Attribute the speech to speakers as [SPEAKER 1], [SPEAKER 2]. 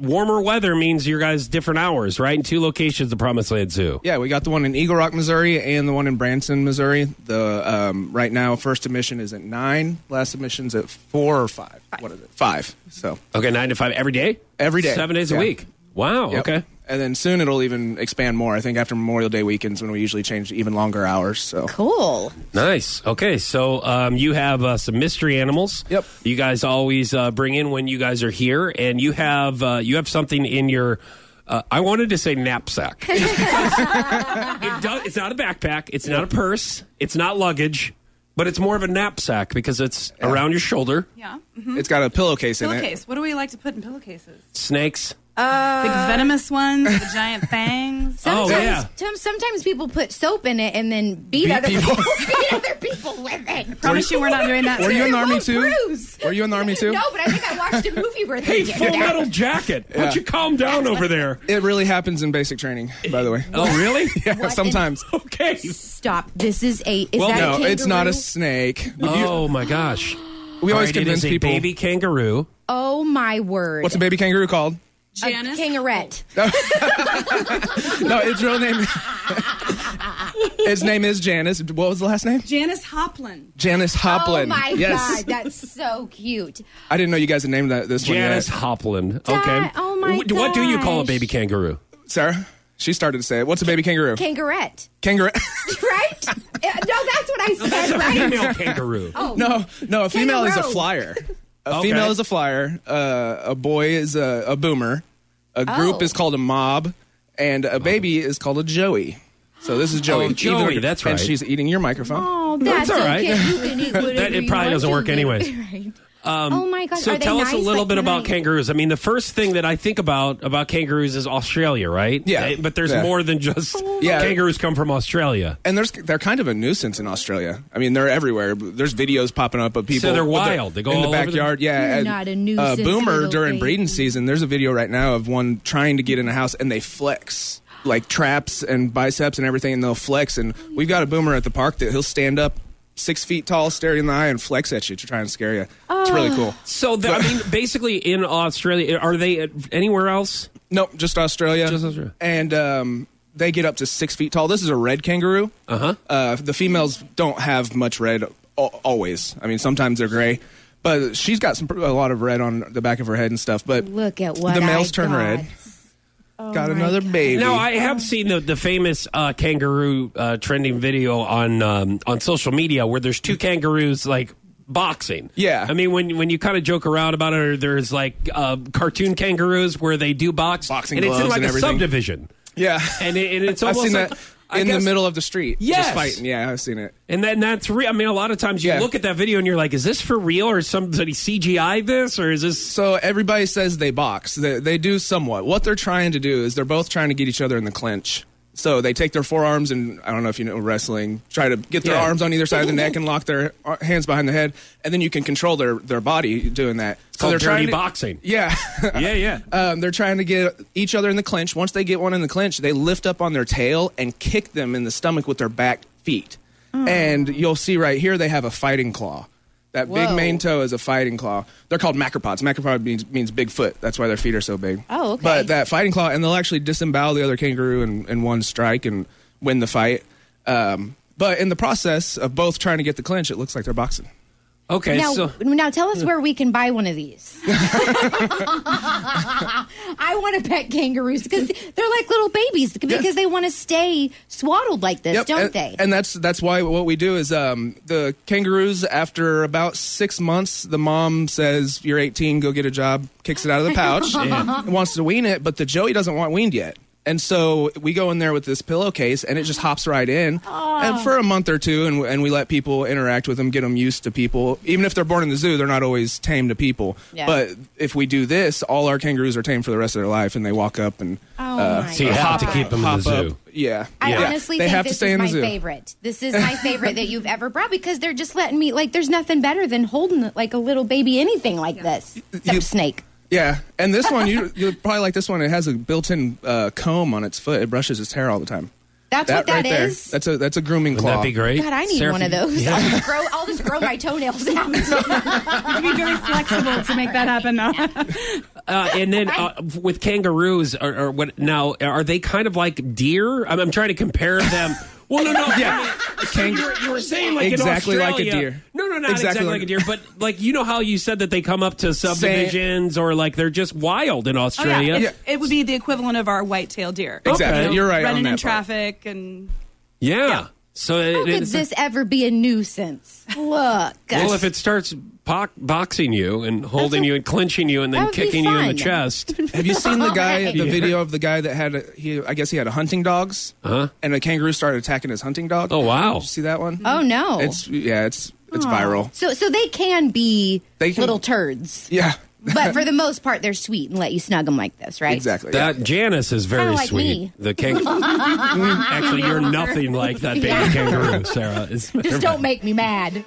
[SPEAKER 1] warmer weather means your guys different hours, right? In two locations, the Promised Land Zoo.
[SPEAKER 2] Yeah, we got the one in Eagle Rock, Missouri, and the one in Branson, Missouri. The um, right now first admission is at nine, last admission's at four or five. What is it? Five. So
[SPEAKER 1] Okay, nine to five every day.
[SPEAKER 2] Every day.
[SPEAKER 1] seven days a
[SPEAKER 2] Yeah.
[SPEAKER 1] week. Wow.
[SPEAKER 2] Yep.
[SPEAKER 1] Okay.
[SPEAKER 2] And then soon it'll even expand more. I think after Memorial Day weekends when we usually change to even longer hours. So
[SPEAKER 1] Oh,
[SPEAKER 3] Cool.
[SPEAKER 1] Nice. Okay, so um, you have uh, some mystery animals.
[SPEAKER 2] Yep.
[SPEAKER 1] You guys always uh, bring in when you guys are here, and you have uh, you have something in your. Uh, I wanted to say knapsack. it do- it's not a backpack. It's not a purse. It's not luggage, but it's more of a knapsack because it's around your shoulder.
[SPEAKER 4] Yeah.
[SPEAKER 2] it's got a pillowcase, in it.
[SPEAKER 4] Pillowcase. What do we like to put in pillowcases?
[SPEAKER 1] Snakes.
[SPEAKER 2] Uh,
[SPEAKER 4] Big venomous ones, the giant fangs.
[SPEAKER 1] Oh,
[SPEAKER 3] Sometimes,
[SPEAKER 1] yeah.
[SPEAKER 3] some- sometimes people put soap in it and then beat,
[SPEAKER 2] Beat
[SPEAKER 3] other
[SPEAKER 2] people.
[SPEAKER 3] beat other people with it.
[SPEAKER 4] Promise you we're not doing that. Uh,
[SPEAKER 2] Were you in the army
[SPEAKER 3] Won't
[SPEAKER 2] too?
[SPEAKER 3] bruise.
[SPEAKER 2] Were you in the army too?
[SPEAKER 3] No, but I think I watched a movie where
[SPEAKER 1] Hey,
[SPEAKER 3] they did
[SPEAKER 1] full
[SPEAKER 3] that.
[SPEAKER 1] metal jacket. Why don't you calm down over there?
[SPEAKER 2] It really happens in basic training, by the way.
[SPEAKER 1] Oh, really?
[SPEAKER 2] yeah, sometimes.
[SPEAKER 1] Okay.
[SPEAKER 3] Stop. This is a. Is
[SPEAKER 1] Well,
[SPEAKER 3] that
[SPEAKER 2] No,
[SPEAKER 3] a
[SPEAKER 2] it's not a
[SPEAKER 3] kangaroo?
[SPEAKER 2] snake. We,
[SPEAKER 1] Oh my gosh.
[SPEAKER 2] we always
[SPEAKER 1] All right, it
[SPEAKER 2] convince
[SPEAKER 1] is a
[SPEAKER 2] people.
[SPEAKER 1] baby kangaroo.
[SPEAKER 3] Oh my word!
[SPEAKER 2] What's a baby kangaroo called?
[SPEAKER 4] Janice?
[SPEAKER 3] Kangarette.
[SPEAKER 2] No, its real name. His name is Janice. What was the last name?
[SPEAKER 4] Janice Hoplin.
[SPEAKER 2] Janice Hoplin.
[SPEAKER 3] Oh my
[SPEAKER 2] yes.
[SPEAKER 3] god, that's so cute.
[SPEAKER 2] I didn't know you guys had named that this
[SPEAKER 1] Janice
[SPEAKER 2] one
[SPEAKER 1] Hopland.
[SPEAKER 3] Dad,
[SPEAKER 1] Okay.
[SPEAKER 3] oh my
[SPEAKER 1] What- What do you call a
[SPEAKER 3] gosh.
[SPEAKER 1] baby kangaroo?
[SPEAKER 2] yet. Sarah, she started to say it. What's a baby kangaroo?
[SPEAKER 3] Kangarette,
[SPEAKER 2] kangaroo.
[SPEAKER 3] right? Uh, no, that's what I said.
[SPEAKER 1] That's a
[SPEAKER 3] right?
[SPEAKER 1] female kangaroo.
[SPEAKER 3] Oh,
[SPEAKER 2] no, no. A female is a
[SPEAKER 3] Kangaroo.
[SPEAKER 2] flyer. A
[SPEAKER 1] Okay.
[SPEAKER 2] female is a flyer. Uh, a boy is a, a boomer. A group
[SPEAKER 3] Oh.
[SPEAKER 2] is called a mob, and a baby is called a joey. So this is Joey. Even-
[SPEAKER 1] Oh, Joey, that's
[SPEAKER 2] And
[SPEAKER 1] right.
[SPEAKER 2] she's eating your microphone.
[SPEAKER 3] Oh, that's
[SPEAKER 1] all right.
[SPEAKER 3] okay. You can eat whatever
[SPEAKER 1] That- it
[SPEAKER 3] you
[SPEAKER 1] probably
[SPEAKER 3] want
[SPEAKER 1] doesn't
[SPEAKER 3] to
[SPEAKER 1] work
[SPEAKER 3] eat.
[SPEAKER 1] anyway.
[SPEAKER 3] Right. oh my god!
[SPEAKER 1] So
[SPEAKER 3] Are they
[SPEAKER 1] tell us a
[SPEAKER 3] nice?
[SPEAKER 1] little
[SPEAKER 3] Like,
[SPEAKER 1] bit
[SPEAKER 3] can
[SPEAKER 1] about
[SPEAKER 3] I-
[SPEAKER 1] kangaroos. I mean, the first thing that I think about about kangaroos is Australia, right?
[SPEAKER 2] Yeah.
[SPEAKER 1] Eh, But there's
[SPEAKER 2] Yeah.
[SPEAKER 1] more than just
[SPEAKER 2] Yeah.
[SPEAKER 1] kangaroos come from Australia.
[SPEAKER 2] And there's they're kind of a nuisance in Australia. I mean, they're everywhere. There's videos popping up of people.
[SPEAKER 1] So they're
[SPEAKER 2] with their-
[SPEAKER 1] wild. They go
[SPEAKER 2] in
[SPEAKER 1] all
[SPEAKER 2] the
[SPEAKER 1] over the-
[SPEAKER 2] backyard. yeah,
[SPEAKER 3] You're
[SPEAKER 2] and,
[SPEAKER 3] not a nuisance,
[SPEAKER 2] uh, boomer
[SPEAKER 3] little
[SPEAKER 2] during
[SPEAKER 3] baby.
[SPEAKER 2] breeding season. There's a video right now of one trying to get in a house and they flex like traps and biceps and everything, and they'll flex. And we've got a boomer at the park that he'll stand up six feet tall, stare you in the eye, and flex at you to try and scare you. It's really cool.
[SPEAKER 1] So the, I mean, basically in Australia, are they at- anywhere else?
[SPEAKER 2] Nope, just Australia.
[SPEAKER 1] Just Australia.
[SPEAKER 2] And um, they get up to six feet tall. This is a red kangaroo. Uh-huh. The females don't have much red al- always. I mean, sometimes they're gray, but she's got some a lot of red on the back of her head and stuff. But
[SPEAKER 3] Look at what
[SPEAKER 2] the males
[SPEAKER 3] I
[SPEAKER 2] turn
[SPEAKER 3] got. Oh
[SPEAKER 2] red. got
[SPEAKER 3] my
[SPEAKER 2] another
[SPEAKER 3] God.
[SPEAKER 2] baby.
[SPEAKER 1] Now I have seen the, the famous uh, kangaroo uh, trending video on um, on social media where there's two kangaroos like boxing.
[SPEAKER 2] Yeah.
[SPEAKER 1] I mean when when you kind of joke around about it, or there's like uh, cartoon kangaroos where they do box,
[SPEAKER 2] Boxing
[SPEAKER 1] and it's in
[SPEAKER 2] gloves
[SPEAKER 1] like
[SPEAKER 2] and
[SPEAKER 1] a
[SPEAKER 2] everything.
[SPEAKER 1] subdivision,
[SPEAKER 2] yeah,
[SPEAKER 1] and, it, and it's
[SPEAKER 2] I've
[SPEAKER 1] almost
[SPEAKER 2] seen
[SPEAKER 1] like,
[SPEAKER 2] that
[SPEAKER 1] I
[SPEAKER 2] in
[SPEAKER 1] guess-
[SPEAKER 2] the middle of the street.
[SPEAKER 1] Yes.
[SPEAKER 2] just fighting. Yeah, I've seen it.
[SPEAKER 1] And then that's real. I mean, a lot of times you
[SPEAKER 2] Yeah.
[SPEAKER 1] look at that video and you're like, is this for real, or is somebody CGI this, or is this?
[SPEAKER 2] So everybody says they box. They, they do somewhat. What they're trying to do is they're both trying to get each other in the clinch. So they take their forearms and I don't know if you know wrestling. Try to get their
[SPEAKER 1] Yeah.
[SPEAKER 2] arms on either side of the neck and lock their ar- hands behind the head, and then you can control their, their body doing that. so
[SPEAKER 1] called
[SPEAKER 2] they're
[SPEAKER 1] dirty
[SPEAKER 2] trying to,
[SPEAKER 1] boxing.
[SPEAKER 2] Yeah,
[SPEAKER 1] Yeah, yeah.
[SPEAKER 2] um, they're trying to get each other in the clinch. Once they get one in the clinch, they lift up on their tail and kick them in the stomach with their back feet.
[SPEAKER 3] Oh.
[SPEAKER 2] And you'll see right here they have a fighting claw. That big
[SPEAKER 3] Whoa.
[SPEAKER 2] main toe is a fighting claw. They're called macropods. Macropod means, means big foot. That's why their feet are so big.
[SPEAKER 3] Oh, okay.
[SPEAKER 2] But that fighting claw, and they'll actually disembowel the other kangaroo in, in one strike and win the fight. Um, but in the process of both trying to get the clinch, it looks like they're boxing.
[SPEAKER 1] Okay,
[SPEAKER 3] Now,
[SPEAKER 1] so
[SPEAKER 3] now tell us where we can buy one of these. I want to pet kangaroos because they're like little babies because they want to stay swaddled like this,
[SPEAKER 2] Yep,
[SPEAKER 3] don't
[SPEAKER 2] and,
[SPEAKER 3] they?
[SPEAKER 2] And that's that's why what we do is um, the kangaroos after about six months, the mom says, "You're 18, go get a job." Kicks it out of the pouch, and wants to wean it, but the Joey doesn't want weaned yet. And so we go in there with this pillowcase, and it just hops right in,
[SPEAKER 3] Oh.
[SPEAKER 2] and for a month or two, and, and we let people interact with them, get them used to people. Even if they're born in the zoo, they're not always tame to people.
[SPEAKER 3] Yeah.
[SPEAKER 2] But if we do this, all our kangaroos are tame for the rest of their life, and they walk up and
[SPEAKER 3] oh my
[SPEAKER 1] Uh, so you have to
[SPEAKER 3] God.
[SPEAKER 1] keep them in the
[SPEAKER 2] hop
[SPEAKER 1] zoo.
[SPEAKER 2] up. Yeah,
[SPEAKER 3] I
[SPEAKER 2] Yeah.
[SPEAKER 3] honestly
[SPEAKER 2] they
[SPEAKER 3] think
[SPEAKER 2] have
[SPEAKER 3] this
[SPEAKER 2] to stay
[SPEAKER 3] is
[SPEAKER 2] in the
[SPEAKER 3] my
[SPEAKER 2] zoo.
[SPEAKER 3] favorite. This is my favorite that you've ever brought because they're just letting me like. There's nothing better than holding like a little baby anything like this. Except
[SPEAKER 2] You-
[SPEAKER 3] snake.
[SPEAKER 2] Yeah, and this one you you probably like this one. It has a built-in uh, comb on its foot. It brushes its hair all the time.
[SPEAKER 3] That's what that
[SPEAKER 2] right there. Uh,
[SPEAKER 3] is?
[SPEAKER 2] That's a that's a grooming
[SPEAKER 1] Wouldn't
[SPEAKER 2] claw.
[SPEAKER 1] that be great?
[SPEAKER 3] God, I need
[SPEAKER 1] Sarah,
[SPEAKER 3] one of
[SPEAKER 1] if you-
[SPEAKER 3] those.
[SPEAKER 1] Yeah.
[SPEAKER 3] I'll just grow. I'll just grow my toenails out.
[SPEAKER 4] You have to be very flexible to make that happen. Though.
[SPEAKER 1] Uh, and then uh, with kangaroos, or, or what? Now, are they kind of like deer? I'm, I'm trying to compare them. Well, no, no, yeah. you, were, you were saying like in
[SPEAKER 2] Exactly like a
[SPEAKER 1] Australia-
[SPEAKER 2] deer.
[SPEAKER 1] No, no, not exactly,
[SPEAKER 2] Exactly
[SPEAKER 1] like,
[SPEAKER 2] like-
[SPEAKER 1] a deer, but like you know how you said that they come up to subdivisions or like they're just wild in
[SPEAKER 4] Oh, yeah.
[SPEAKER 1] Australia.
[SPEAKER 4] It's- It would be the equivalent of our white-tailed deer.
[SPEAKER 2] Exactly.
[SPEAKER 1] Okay.
[SPEAKER 2] You're right
[SPEAKER 4] Running
[SPEAKER 2] on that.
[SPEAKER 4] in
[SPEAKER 2] part.
[SPEAKER 4] traffic and
[SPEAKER 1] Yeah. So it,
[SPEAKER 3] How could
[SPEAKER 1] it's-
[SPEAKER 3] this ever be a nuisance? Look.
[SPEAKER 1] well, if it starts po- boxing you and holding
[SPEAKER 3] That's a-
[SPEAKER 1] you and clinching you and
[SPEAKER 3] That
[SPEAKER 1] then
[SPEAKER 3] would be
[SPEAKER 1] kicking you in the
[SPEAKER 3] fun.
[SPEAKER 1] chest,
[SPEAKER 2] Have you seen the guy,
[SPEAKER 3] Right.
[SPEAKER 2] the
[SPEAKER 1] Yeah.
[SPEAKER 2] video of the guy that had, a, he, I guess he had hunting dogs,
[SPEAKER 1] Uh-huh.
[SPEAKER 2] and a kangaroo started attacking his hunting dog.
[SPEAKER 1] Oh, wow.
[SPEAKER 2] Did you see that one?
[SPEAKER 3] oh no.
[SPEAKER 2] It's yeah, it's it's viral.
[SPEAKER 3] so so they can be
[SPEAKER 2] They can-
[SPEAKER 3] little turds,
[SPEAKER 2] Yeah,
[SPEAKER 3] but for the most part, they're sweet and let you snug them like this, right?
[SPEAKER 2] exactly.
[SPEAKER 1] that
[SPEAKER 2] yeah.
[SPEAKER 1] Janice is very
[SPEAKER 3] Kinda like
[SPEAKER 1] sweet.
[SPEAKER 3] me.
[SPEAKER 1] The kangaroo. Actually, you're nothing like that baby
[SPEAKER 3] Yeah.
[SPEAKER 1] kangaroo, Sarah. It's-
[SPEAKER 3] Just don't make me mad.